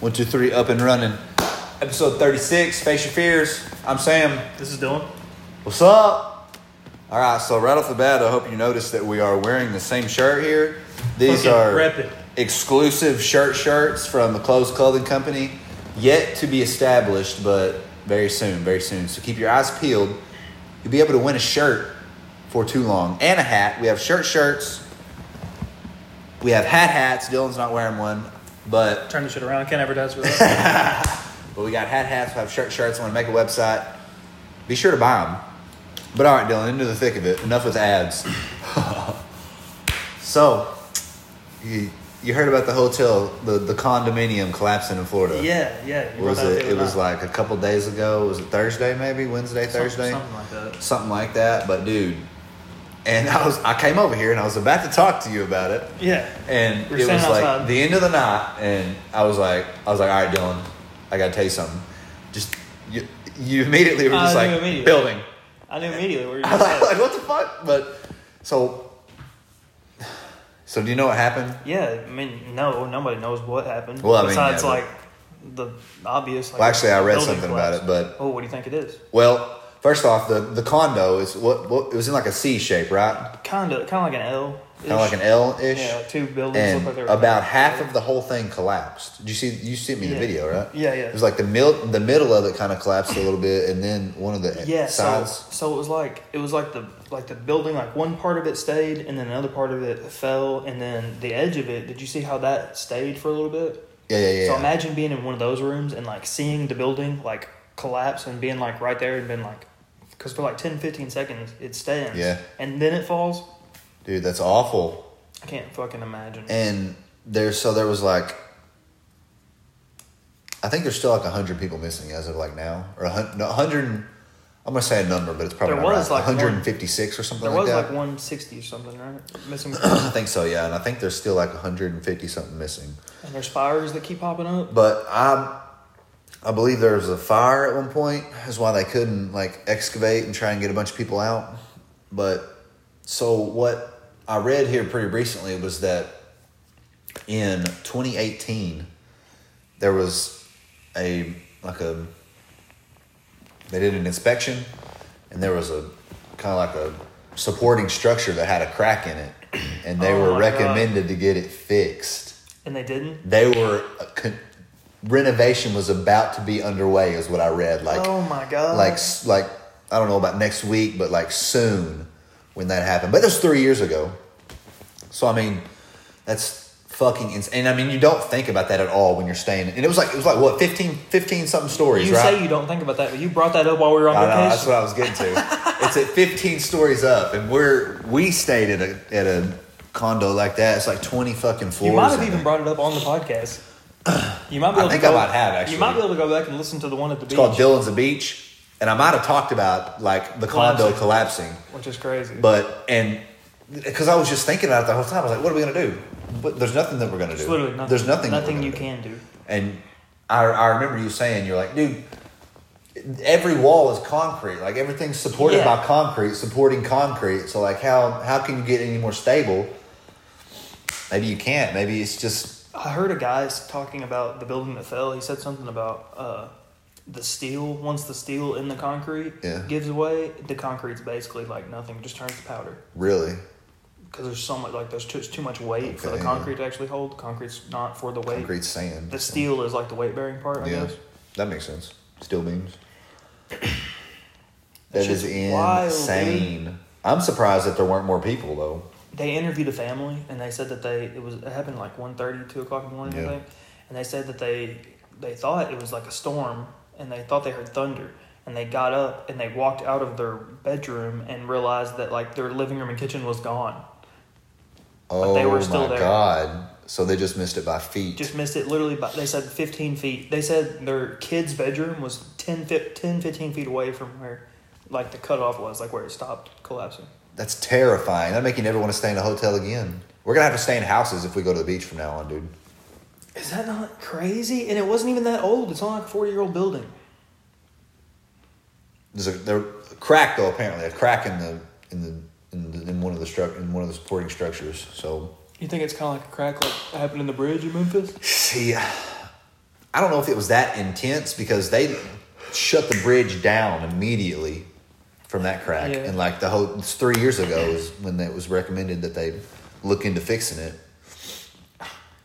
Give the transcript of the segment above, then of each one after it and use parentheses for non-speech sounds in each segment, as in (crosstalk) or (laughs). One, two, three, up and running. Episode 36, Face Your Fears. I'm Sam. This is Dylan. What's up? All right, so right off the bat, I hope you noticed that we are wearing the same shirt here. These Fucking are rep it. exclusive shirt shirts from the Closed Clothing Company, yet to be established, but very soon, very soon. So keep your eyes peeled. You'll be able to win a shirt for too long and a hat. We have shirt shirts. We have hat hats. Dylan's not wearing one, but Turn this shit around. I can't (laughs) advertise for that. But we got hat hats, we have shirt shirts, want to make a website. Be sure to buy them. But all right, Dylan, into the thick of it. Enough with ads. (laughs) so, you, you heard about the hotel, the, the condominium collapsing in Florida. yeah, yeah. What was it? It was like a couple days ago. Was it Thursday, maybe? Wednesday, Thursday? Something like that. Something like that. But, dude, and I was I came over here and I was about to talk to you about it Yeah. and We're it was standing like outside. the end of the night, and I was like, I was like, all right, Dylan, I gotta tell you something. Just you, you immediately were I just knew like Oh, immediately. building. (laughs) I knew immediately where you I was like, were what the fuck? But so, so do you know what happened? Yeah, I mean, no, nobody knows what happened. Well, I mean, Besides, yeah, but- like, the obvious. Like, Well, actually, I read building something about it, collapse. but- Oh, what do you think it is? Well, first off, the the condo is what, what it was in like a C shape, right? Kind of, kind of like an L. Kind of like an L ish. Yeah, like two buildings and look like they were about connected half together. of the whole thing collapsed. Did you see? You sent me the Yeah. video, right? Yeah, yeah. It was like the mil- the middle of it kind of collapsed a little bit, and then one of the Yeah, so, sides. so it was like it was like the like the building, like one part of it stayed, and then another part of it fell, and then the edge of it. Did you see how that stayed for a little bit? Yeah, yeah, yeah. So imagine being in one of those rooms and like seeing the building like collapse and being like right there and being like, because for like 10, 15 seconds it stands. Yeah. And then it falls. Dude, that's awful. I can't fucking imagine. And there, so there was like, I think there's still like hundred people missing as of like now, or a hun- no, hundred. I'm gonna say a number, but it's probably There not was, right. like, 156 or something there like uh, was that. like 160 or something, right? Missing. (clears throat) (coughs) I think so, yeah. And I think there's still like 150 something missing. and there's fires that keep popping up. But I, I believe there was a fire at one point. Is why they couldn't like excavate and try and get a bunch of people out. But so what I read here pretty recently was that in 2018 there was a like a they did an inspection and there was a kind of like a supporting structure that had a crack in it and they Oh were my God. recommended to get it fixed And they didn't. they were uh, con- renovation was about to be underway is what i read like oh my God. like s- like i don't know about next week but like soon when that happened but that's three years ago so i mean that's fucking insane and i mean you don't think about that at all when you're staying and it was like it was like what 15 15 something stories You right say you don't think about that, but you brought that up while we were on I know, vacation. that's what I was getting to. (laughs) it's at 15 stories up, and we're we stayed at a at a condo like that. It's like 20 fucking floors. You might have in even it. brought it up on the (coughs) podcast. You might be I able think to I go, might have, actually. You might be able to go back and listen to the one at the It's beach, called Dylan's a Beach, and I might have talked about like the condo collapsing, which is crazy. but and because I was just thinking about it the whole time, I was like, "What are we gonna do?" But there's nothing that we're gonna do. it's literally nothing. There's nothing. that we're Nothing gonna you do. can do. And I, I remember you saying, "You're like, dude." Every wall is concrete. Like everything's supported Yeah. by concrete, supporting concrete. So like, how how can you get any more stable? Maybe you can't. Maybe it's just I heard a guy s- talking about the building that fell. He said something about uh, the steel. Once the steel in the concrete Yeah. gives away, the concrete's basically like nothing. It just turns to powder really. because there's so much like there's too, it's too much weight for the Okay, yeah. concrete to actually hold. Concrete's not for the weight. Concrete sand. The steel is like the weight bearing part. I Yeah, guess. that makes sense. Steel (clears throat) beams. That that is shit's wild, dude. insane. I'm surprised that there weren't more people though. they interviewed a family and they said that they it was it happened like 1.30, 2 o'clock in the morning Yeah. I think, and they said that they they thought it was like a storm and they thought they heard thunder and they got up and they walked out of their bedroom and realized that like their living room and kitchen was gone Oh they were my still there. god! So they just missed it by feet. just missed it literally by, they said 15 feet they said their kids bedroom was 10, fif- 10 15 feet away from where like the cutoff was like where it stopped collapsing That's terrifying. That'd make you never want to stay in a hotel again. We're gonna have to stay in houses if we go to the beach from now on, dude. is that not crazy and it wasn't even that old it's only like a 40 year old building There's a, there, a crack though. Apparently, a crack in the in the in, the, in one of the struct in one of the supporting structures. So You think it's kind of like a crack, like happened in the bridge in Memphis? see, I don't know if it was that intense because they shut the bridge down immediately from that crack, Yeah. and like the whole it's three years ago is when it was recommended that they look into fixing it,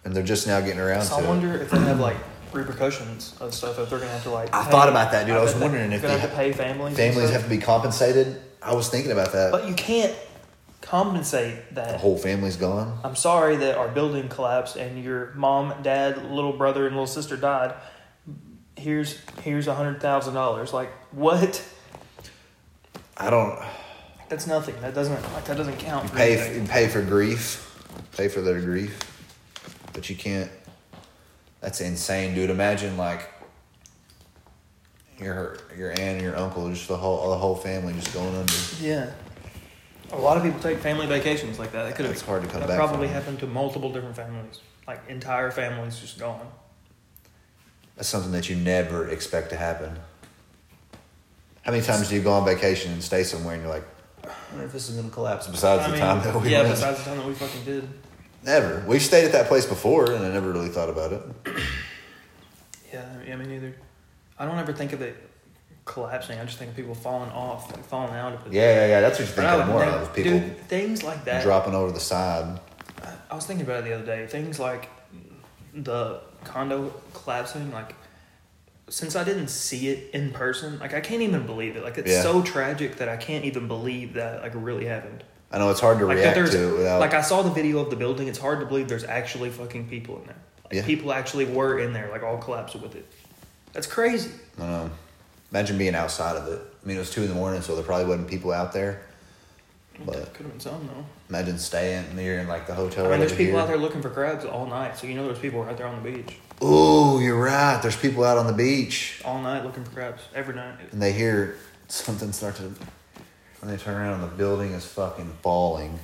and they're just now getting around So to I it. wonder if they have like repercussions of stuff if they're gonna have to like. I pay- thought about that, dude. I was bet they're wondering if gonna they have to ha- pay families. and Families stuff. have to be compensated. I was thinking about that. But you can't compensate the that. whole family's gone. I'm sorry that our building collapsed and your mom, dad, little brother, and little sister died. Here's here's a hundred thousand dollars. Like what? I don't. That's nothing. That doesn't like that doesn't count. for pay anything. you pay for grief, pay for their grief, but you can't. That's insane, dude. Imagine like your your aunt and your uncle, just the whole the whole family just going under. Yeah. A lot of people take family vacations like that. That could have It's hard to come that back probably from. happened to multiple different families. Like entire families just gone. That's something that you never expect to happen. How many times do you go on vacation and stay somewhere and you're like, I wonder if this is gonna collapse? Besides I the mean, time that we yeah, went. besides the time that we fucking did. never. We've stayed at that place before, and I never really thought about it. Yeah, I mean, yeah, me neither. I don't ever think of it collapsing. I just think of people falling off, like falling out of it. Yeah, yeah, yeah. That's what you But think I of would more never- of is people Dude, things like that. dropping over the side. I- I was thinking about it the other day. Things like the condo collapsing, like since I didn't see it in person, like I can't even believe it. Like it's Yeah. so tragic that I can't even believe that like it really happened. I know it's hard to Like that react there's to it without. like I saw the video of the building. It's hard to believe there's actually fucking people in there. Like Yeah. people actually were in there, like all collapsed with it. That's crazy. I don't know. Imagine being outside of it. I mean, it was two in the morning, so there probably wasn't people out there. But Could have been some though. imagine staying near in like the hotel. I mean, there's people out there. there looking for crabs all night, so you know there's people right there on the beach Oh, you're right. There's people out on the beach, all night looking for crabs every night. and they hear something start to. And they turn around, and the building is fucking falling.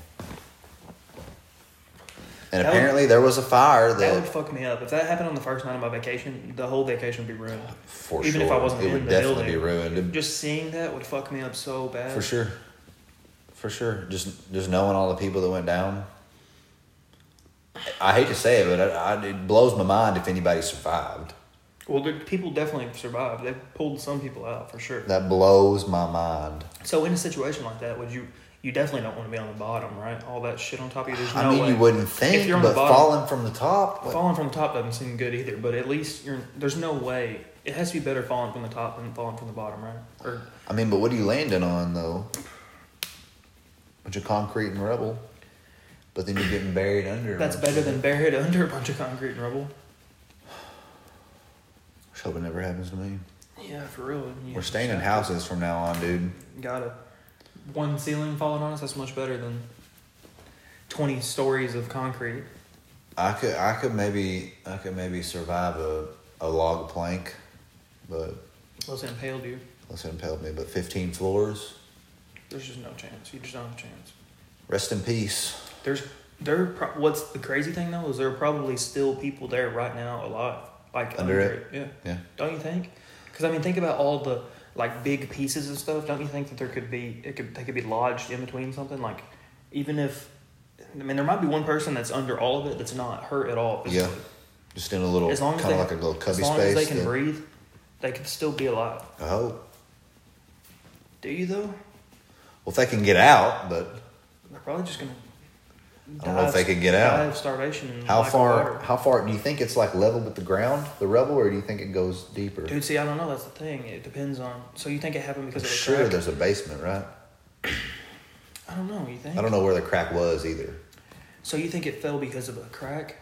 And That would- apparently, there was a fire That that, would fuck me up. If that happened on the first night of my vacation, the whole vacation would be ruined. for even sure, if I wasn't it in would the definitely building. be ruined. Just seeing that would fuck me up so bad. For sure. For sure. Just just knowing all the people that went down. I hate to say it, but I, I, it blows my mind if anybody survived. Well, there, people definitely survived. They pulled some people out for sure. That blows my mind. So in a situation like that, would you? You definitely don't want to be on the bottom, right? All that shit on top of you. There's no I mean, way. you wouldn't think, If you're on but the bottom- falling from the top, what- Falling from the top doesn't seem good either, but at least you're. There's no way. It has to be better falling from the top than falling from the bottom, right? Or I mean, but what are you landing on though? Bunch of concrete and rubble, but then you're getting buried under. a that's bunch of better shit. than buried under a bunch of concrete and rubble. Just hope it never happens to me. Yeah, for real. You We're staying in houses from now on, dude. Got a one ceiling falling on us. That's much better than twenty stories of concrete. I could I could maybe I could maybe survive a, a log plank, but Unless it impaled you, unless it impaled me, but fifteen floors. there's just no chance. You just don't have a chance. Rest in peace. There's there. Pro- what's the crazy thing though is there are probably still people there right now alive, like Under under, it? it. Yeah. Yeah. Don't you think? Because I mean, think about all the like big pieces of stuff. Don't you think that there could be it could they could be lodged in between something? Like even if I mean, there might be one person that's under all of it that's not hurt at all. Yeah. physically. Just in a little As long kind as of they- like a little As cubby long space. as they can that- breathe, they could still be alive. I hope. Do you though? Well, if they can get out, but They're probably just gonna. I don't know if they could get out. Die of starvation. And how lack of far? water. How far do you think it's like level with the ground, the rubble, or do you think it goes deeper? Dude, see, I don't know. That's the thing. It depends on. So you think it happened I'm because of the sure crack? there's a basement, right? I don't know. You think? I don't know where the crack was either. So you think it fell because of a crack?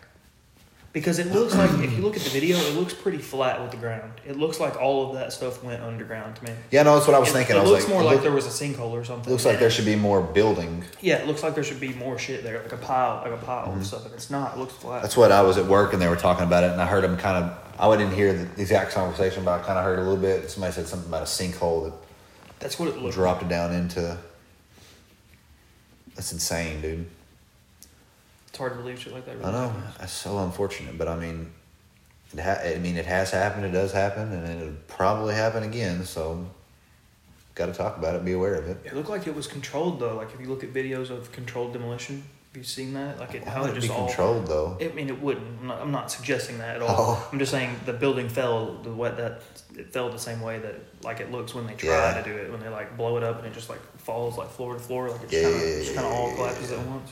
Because it looks like if you look at the video, it looks pretty flat with the ground. It looks like all of that stuff went underground to me. Yeah, no, that's what I was it, thinking. It I was looks like, more it like look- there was a sinkhole or something. looks like there should be more building. Yeah, it looks like there should be more shit there, like a pile, like a pile of stuff, and it's not. It looks flat. Mm-hmm. That's what I was at work and they were talking about it, and I heard them kind of. I wouldn't hear the exact conversation, but I kind of heard a little bit. Somebody said something about a sinkhole That's what it that looked. dropped down into. That's insane, dude. It's hard to believe shit like that. Really I know that's so unfortunate, but I mean, it ha- I mean, it has happened. It does happen, and it'll probably happen again. So, got to talk about it. Be aware of it. It looked like it was controlled though. Like if you look at videos of controlled demolition, Have you seen that? Like it, Why how would it it just be all. controlled though? (laughs) I mean, it wouldn't. I'm not, I'm not suggesting that at all. Oh. I'm just saying the building fell the way that it fell the same way that like it looks when they try Yeah. to do it when they like blow it up and it just like falls like floor to floor like it's Yeah, kind of yeah, yeah, just kind of yeah, all yeah, collapses yeah. at once.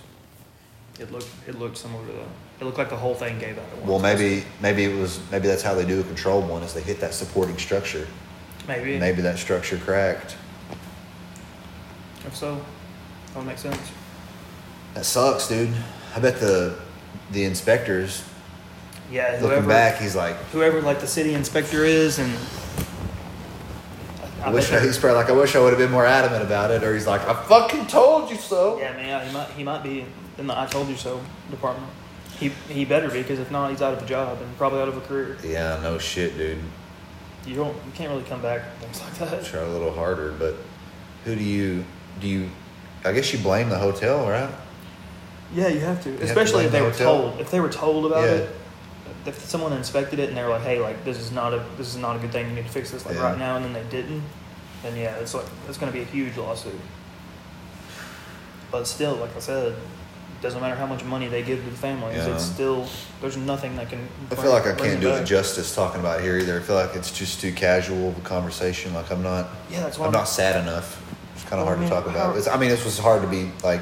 It looked it looked similar to that. It looked like the whole thing gave out at once. Well, maybe maybe it was maybe that's how they do a controlled one is they hit that supporting structure. maybe Maybe that structure cracked. if so, that would make sense. That sucks, dude. I bet the the inspectors Yeah, looking whoever back, he's like, whoever like the city inspector is and. I, bet wish I, they're- he's probably like, I wish I would have been more adamant about it, or he's like, I fucking told you so. Yeah, man, he might he might be in the "I told you so" department. He he better be because if not, he's out of a job and probably out of a career. Yeah, no shit, dude. You don't you can't really come back from things like that. Try a little harder, but who do you do you? I guess you blame the hotel, right? Yeah, you have to, have to especially if they blame were the hotel. told if they were told about Yeah. it. If someone inspected it and they were like, "Hey, like this is not a this is not a good thing. You need to fix this like Yeah. right now," and then they didn't, then yeah, it's like it's going to be a huge lawsuit. But still, like I said, it doesn't matter how much money they give to the families. Yeah. It's still there's nothing that can. I feel like I bring can't do back. it justice talking about it here either. I feel like it's just too casual of a conversation. Like I'm not, Yeah, that's why I'm I'm- not sad enough. It's kind Well, I of hard to mean, talk how- about. It's, I mean, this was hard to be like.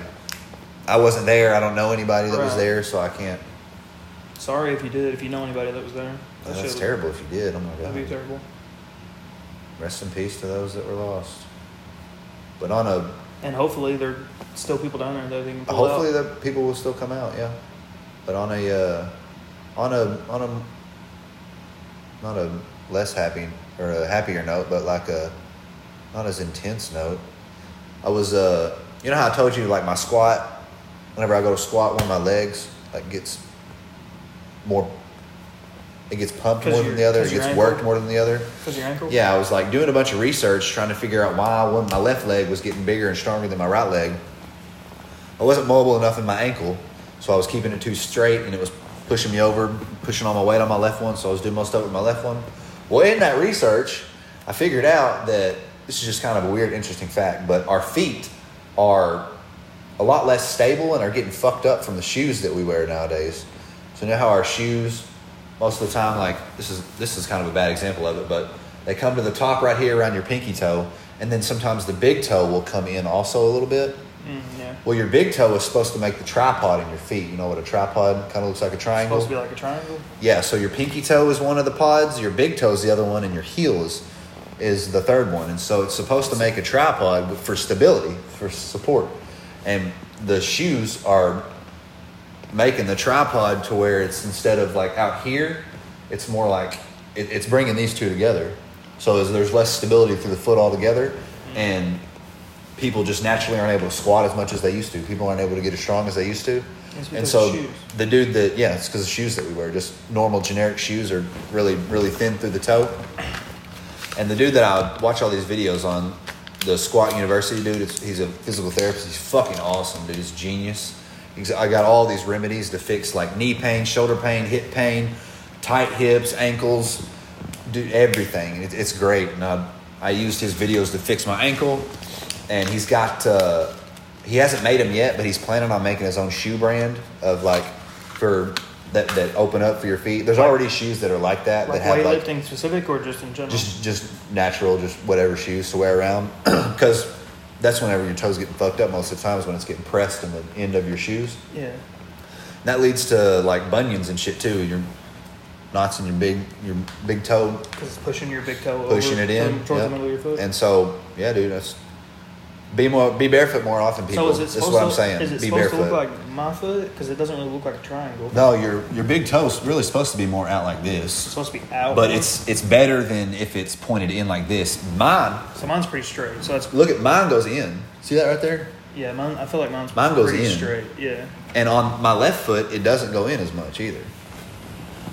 I wasn't there. I don't know anybody that was Right. there, so I can't. Sorry if you did. If you know anybody that was there, that That's shit- terrible if you did. Oh my god. That'd be terrible. Rest in peace to those that were lost. But on a And hopefully there are still people down there that they can pull hopefully out. the people will still come out, yeah. But on a uh, on a on a not a less happy or a happier note, but like a not as intense note. I was uh you know how I told you like my squat whenever I go to squat one of my legs like gets more it gets pumped 'Cause more than your- the other, it 'cause your gets ankle? worked more than the other. Cause your ankle. Yeah, I was like doing a bunch of research trying to figure out why when my left leg was getting bigger and stronger than my right leg. I wasn't mobile enough in my ankle, so I was keeping it too straight and it was pushing me over, pushing all my weight on my left one, so I was doing most of it with my left one. Well, in that research, I figured out that this is just kind of a weird, interesting fact, but our feet are a lot less stable and are getting fucked up from the shoes that we wear nowadays. So you know how our shoes, most of the time, like this is this is kind of a bad example of it, but they come to the top right here around your pinky toe, and then sometimes the big toe will come in also a little bit. Mm, yeah. Well, your big toe is supposed to make the tripod in your feet. You know what a tripod kind of looks like a triangle. Supposed to be like a triangle. Yeah, so your pinky toe is one of the pods, your big toe is the other one, and your heel is is the third one. And so it's supposed to make a tripod for stability, for support. And the shoes are making the tripod to where it's instead of like out here, it's more like it, it's bringing these two together. So as there's less stability through the foot altogether, and people just naturally aren't able to squat as much as they used to. People aren't able to get as strong as they used to. And It's because so of shoes. the dude that yeah, it's because of shoes that we wear. Just normal generic shoes are really really thin through the toe. And the dude that I watch all these videos on, the Squat University dude, it's, he's a physical therapist. He's fucking awesome, dude. He's a genius. He's, I got all these remedies to fix like knee pain, shoulder pain, hip pain, tight hips, ankles, do everything. It, it's great. And I, I used his videos to fix my ankle. And he's got, uh, he hasn't made them yet, but he's planning on making his own shoe brand of like for that, that open up for your feet. There's already shoes that are like that Like that have like weightlifting specific or just in general. just just natural, just whatever shoes to wear around, (clears throat) because that's whenever your toes getting fucked up most of the times when it's getting pressed in the end of your shoes. yeah. And that leads to like bunions and shit too. Your knots in your big your big toe Because it's pushing your big toe. pushing over it um, in towards yep. the middle of your foot. And so yeah, dude, that's be more be barefoot more often, people. so is it that's supposed what to, I'm saying. Is it be supposed barefoot. to look like my foot? Because it doesn't really look like a triangle. no, your your big toe's really supposed to be more out like It's this, supposed to be out. but it's it's better than if it's pointed in like this. Mine, so mine's pretty straight. So that's look at mine goes in. See that right there? yeah. Mine. I feel like mine's Mine goes pretty in. straight. Yeah. And on my left foot, it doesn't go in as much either.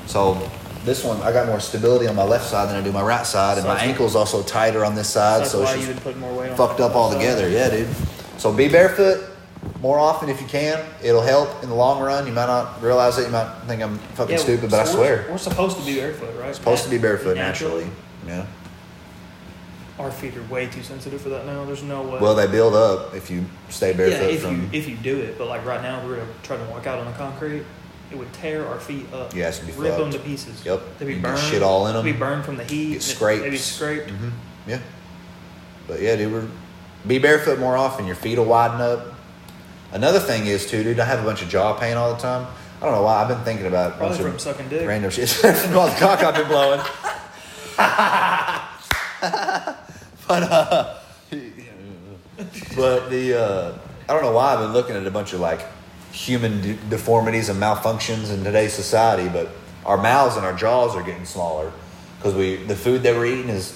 So this one, I got more stability on my left side than I do my right side, and So my that's- ankle's also tighter on this side, That's so why it's you just would put more weight on. fucked up that side. altogether. Yeah, dude. So be barefoot more often if you can. It'll help in the long run. You might not realize it. You might think I'm fucking Yeah, stupid, but so I we're- swear, We're supposed to be barefoot, right? supposed to be barefoot naturally. Yeah. Our feet are way too sensitive for that now. There's no way. Well, they build up if you stay yeah, barefoot if from. you if you do it, but like right now, if we were to try to walk out on the concrete. It would tear our feet up. Yeah, it's gonna be rip them fucked. to pieces. Yep. They'd be You get burned. shit all in 'em. They'd be burned from the heat. Get They'd be scrapes. scraped. Mhm. Yeah. But yeah, dude, we're, be barefoot more often. Your feet will widen up. Another thing is too, dude. I have a bunch of jaw pain all the time. I don't know why. I've been thinking about a Probably bunch from of sucking dick. random shit (laughs) from all the cock I've been blowing. (laughs) but uh, but the uh, I don't know why I've been looking at a bunch of like human de- deformities and malfunctions in today's society, but our mouths and our jaws are getting smaller because we the food that we're eating is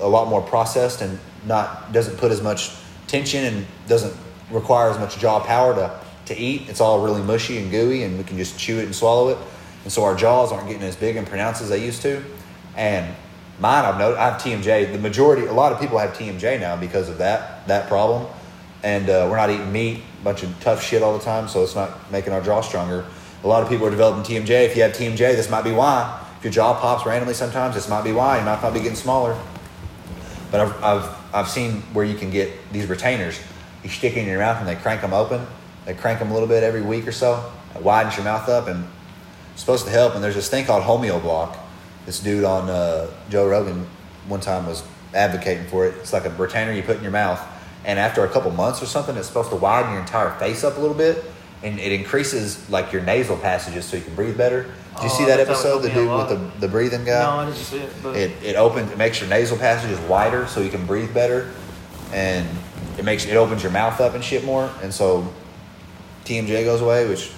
a lot more processed and not doesn't put as much tension and doesn't require as much jaw power to to eat. It's all really mushy and gooey, and we can just chew it and swallow it. And so our jaws aren't getting as big and pronounced as they used to. And mine, I've noticed, I have TMJ. The majority, a lot of people have TMJ now because of that that problem and uh, we're not eating meat, bunch of tough shit all the time, so it's not making our jaw stronger. A lot of people are developing TMJ. If you have TMJ, this might be why. If your jaw pops randomly sometimes, this might be why. Your mouth might be getting smaller. But I've, I've, I've seen where you can get these retainers. You stick it in your mouth and they crank them open. They crank them a little bit every week or so. It widens your mouth up and it's supposed to help. And there's this thing called homeoblock. This dude on uh, Joe Rogan one time was advocating for it. It's like a retainer you put in your mouth. And after a couple months or something, it's supposed to widen your entire face up a little bit. And it increases like your nasal passages so you can breathe better. Did you Oh, see that that would episode? The help me a dude with the, lot. the breathing guy? No, I didn't see it. But it, it opens it makes your nasal passages wider so you can breathe better and it makes it opens your mouth up and shit more and so TMJ goes away which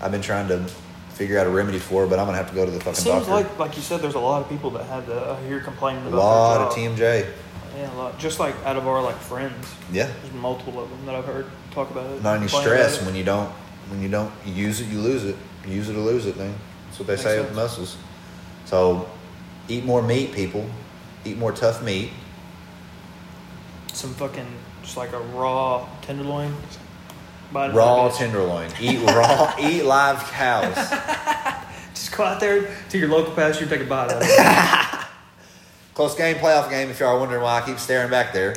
I've been trying to figure out a remedy for but I'm gonna have to go to the fucking It seems doctor like, like you said, there's a lot of people that have the I hear complaining a about lot their of job. TMJ Yeah, a lot. Just like out of our like friends, yeah there's multiple of them that I've heard talk about it. not any complain about stress it. when you don't when you don't use it you lose it You use it or lose it thing that's what they Makes say with sense. muscles so eat more meat people eat more tough meat Some fucking just like a raw tenderloin. Bite into raw that bitch. tenderloin eat raw (laughs) eat live cows Just go out there to your local pasture, and take a bite out of (laughs) it. Close game, playoff game. If y'all are wondering why I keep staring back there,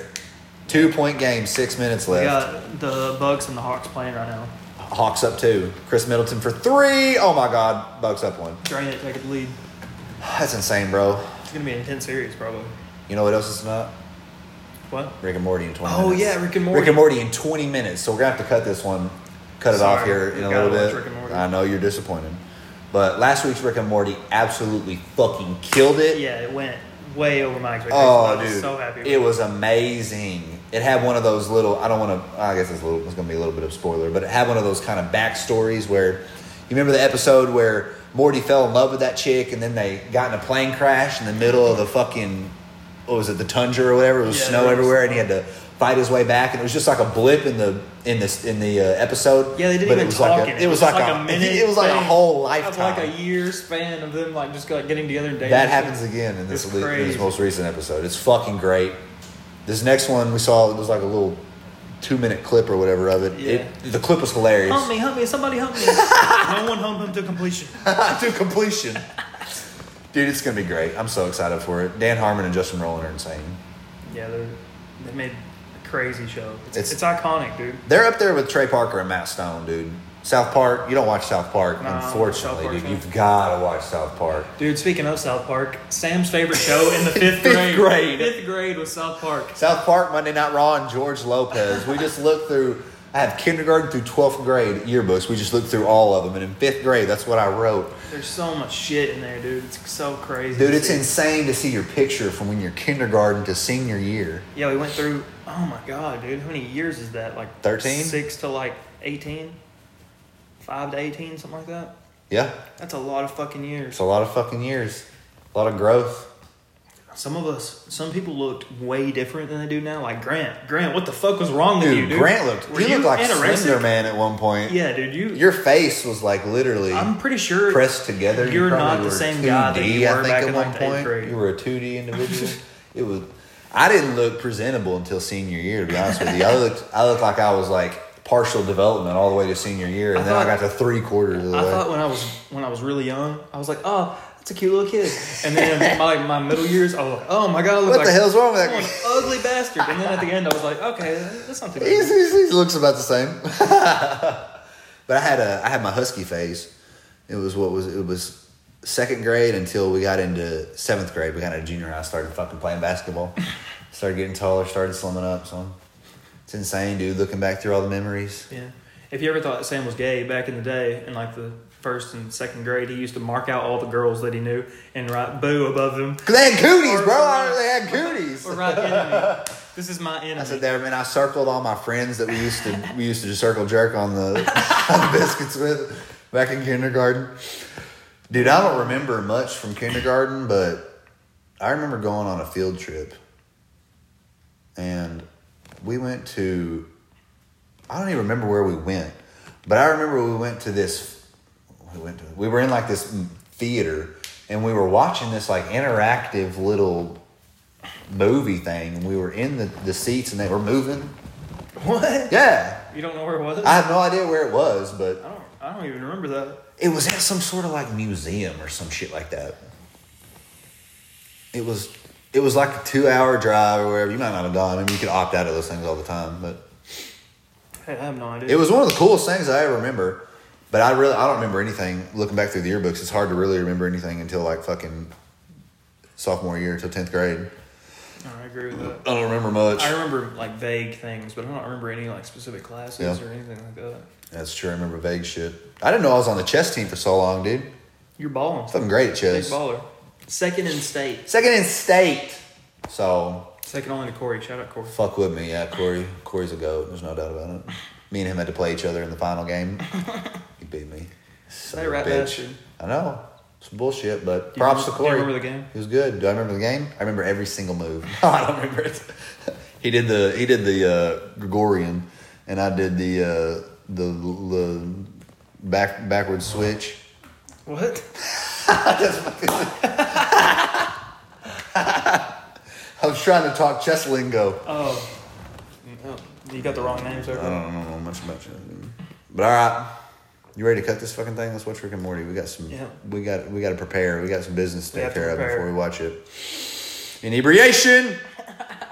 two point game, six minutes we left. got the Bucks and the Hawks playing right now. Hawks up two. Chris Middleton for three. Oh my God, Bucks up one. Drain it, take the lead. That's insane, bro. It's gonna be an intense series probably. You know what else is not? What? Rick and Morty in twenty. Oh, minutes. yeah, Rick and Morty. Rick and Morty in twenty minutes. So we're gonna have to cut this one, cut it off Sorry, here in we a gotta little watch bit. Rick and Morty. I know you're disappointed, but last week's Rick and Morty absolutely fucking killed it. Yeah, it went way over my expectations. I Oh, was dude, so happy. it was amazing. It had one of those little. I don't want to. I guess it's, a little, it's going to be a little bit of a spoiler, but it had one of those kind of backstories where you remember the episode where Morty fell in love with that chick, and then they got in a plane crash in the middle of the fucking what was it, the tundra or whatever. It was Yeah, snow there was- everywhere, and he had to fight his way back. And it was just like a blip in the in this in the uh, episode. Yeah, they didn't But even it was talk like a, in It was like, a, (laughs) minute. It was like a thing. whole It was lifetime. like a year span of them like just like getting together and dating. That happens again in this, It's le- in this crazy. most recent episode. It's fucking great. This next one we saw it was like a little two minute clip or whatever of it. it the clip was hilarious Hump me, hump me, somebody (laughs) hump me. no one hump him to completion. to completion. Dude, it's gonna be great. I'm so excited for it. Dan Harmon and Justin Roiland are insane. Yeah, they're, they made a crazy show. It's, It's- it's, iconic, dude. They're up there with Trey Parker and Matt Stone, dude. South Park, you don't watch South Park, No, unfortunately, South Park's dude. not- You've gotta watch South Park. Dude, speaking of South Park, Sam's favorite show (laughs) in the fifth, Fifth grade. grade. Fifth grade was South Park. South Park, Monday Night Raw, and George Lopez. We just looked through. I have kindergarten through twelfth grade yearbooks. We just looked through all of them, and in fifth grade, that's what I wrote. There's so much shit in there, dude. It's so crazy. Dude, to it's see. insane to see your picture from when you're kindergarten to senior year. Yeah, we went through. Oh my god, dude, how many years is that? Like 13? six to like eighteen, five to eighteen, something like that. Yeah, That's a lot of fucking years. it's a lot of fucking years, a lot of growth. Some of us, some people looked way different than they do now. Like Grant, Grant, what the fuck was wrong with Dude, you, dude? Grant looked. Were he you looked like anorexic? Slender Man at one point. Yeah, dude, you. Your face was like literally I'm pretty sure. pressed together. You you're probably not the were same guy that you 2D, I were think, back at in, one like, the eighth point. grade. You were a (laughs) 2D individual. it was. I didn't look presentable until senior year. To be honest with you, I looked. I looked like I was like partial development all the way to senior year, and I then I thought- got to three quarters of the I way. thought when I was when I was really young, I was like, oh, that's a cute little kid. And then in my, my middle years, I was like, oh my god, I look What like the hell's wrong with that? I'm an ugly bastard. And then at the end, I was like, okay, that's not too He's, bad. he's, he looks about the same. (laughs) but I had a I had my husky phase. It was what was it was second grade until we got into seventh grade. We got into junior high, started fucking playing basketball, started getting taller, started slimming up. So it's insane, dude. Looking back through all the memories. Yeah. If you ever thought Sam was gay back in the day, in like the first and second grade, he used to mark out all the girls that he knew and write boo above them. 'Cause they had cooties, Or- bro. or I- write- they had cooties. Or write enemy. This is my enemy. I sit there, man. I circled all my friends that we used to we used to just circle jerk on the, (laughs) on the biscuits with back in kindergarten. Dude, I don't remember much from kindergarten, but I remember going on a field trip, and we went to. I don't even remember where we went, but I remember we went to this. We went to. We were in like this theater, and we were watching this like interactive little movie thing and we were in the, the seats and they were moving. What? Yeah. You don't know where it was? I I, have no idea where it was, but don't. I don't even remember that. it was at some sort of like museum or some shit like that. It was it was like a two hour drive or wherever. You might not have gone. I mean you could opt out of those things all the time, but Hey, I have no idea. it was one of the coolest things I ever remember. But I really I don't remember anything looking back through the yearbooks. It's hard to really remember anything until like fucking sophomore year until tenth grade. I agree with that. I don't remember much. I remember like vague things, but I don't remember any like specific classes Yeah. or anything like that. That's true. I remember vague shit. I didn't know I was on the chess team for so long, dude. You're balling. Fucking great at Big chess. baller. Second in state. Second in state. So Second only to Corey. Shout out Corey. fuck with me, yeah. Corey, Corey's a goat. There's no doubt about it. Me and him had to play each other in the final game. (laughs) He beat me. Son That of a rat bitch. bastard. I know. Some bullshit, but Do you props to remember- Do Corey. you remember the game? He was good. Do I remember the game? I remember every single move. (laughs) No, I don't remember it. he did the he did the uh, Gregorian, and I did the uh, the the back backward switch. What? (laughs) I was trying to talk chess lingo. Oh. No, you got the wrong name, sir. I don't know much about chess, but all right. You ready to cut this fucking thing? Let's watch Rick and Morty. We got some. Yeah. We got we got to prepare. We got some business to We take have to care of prepare. before we watch it. Inebriation.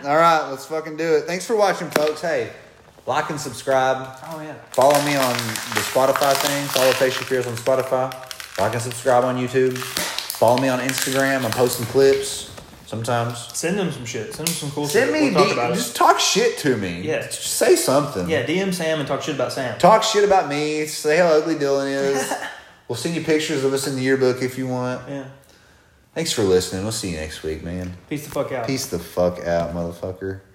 all right, let's fucking do it. Thanks for watching, folks. Hey, like and subscribe. oh, yeah. Follow me on the Spotify thing. Follow Face Your Fears on Spotify. Like and subscribe on YouTube. Follow me on Instagram. I'm posting clips sometimes. Send them some shit. Send them some cool Send shit. me, we'll talk D- about just talk shit to me. Yeah. Just say something. it. Yeah, DM Sam and talk shit about Sam. Talk shit about me. Say how ugly Dylan (laughs) is. we'll send you pictures of us in the yearbook if you want. yeah. Thanks for listening. We'll see you next week, man. Peace the fuck out. Peace the fuck out, motherfucker.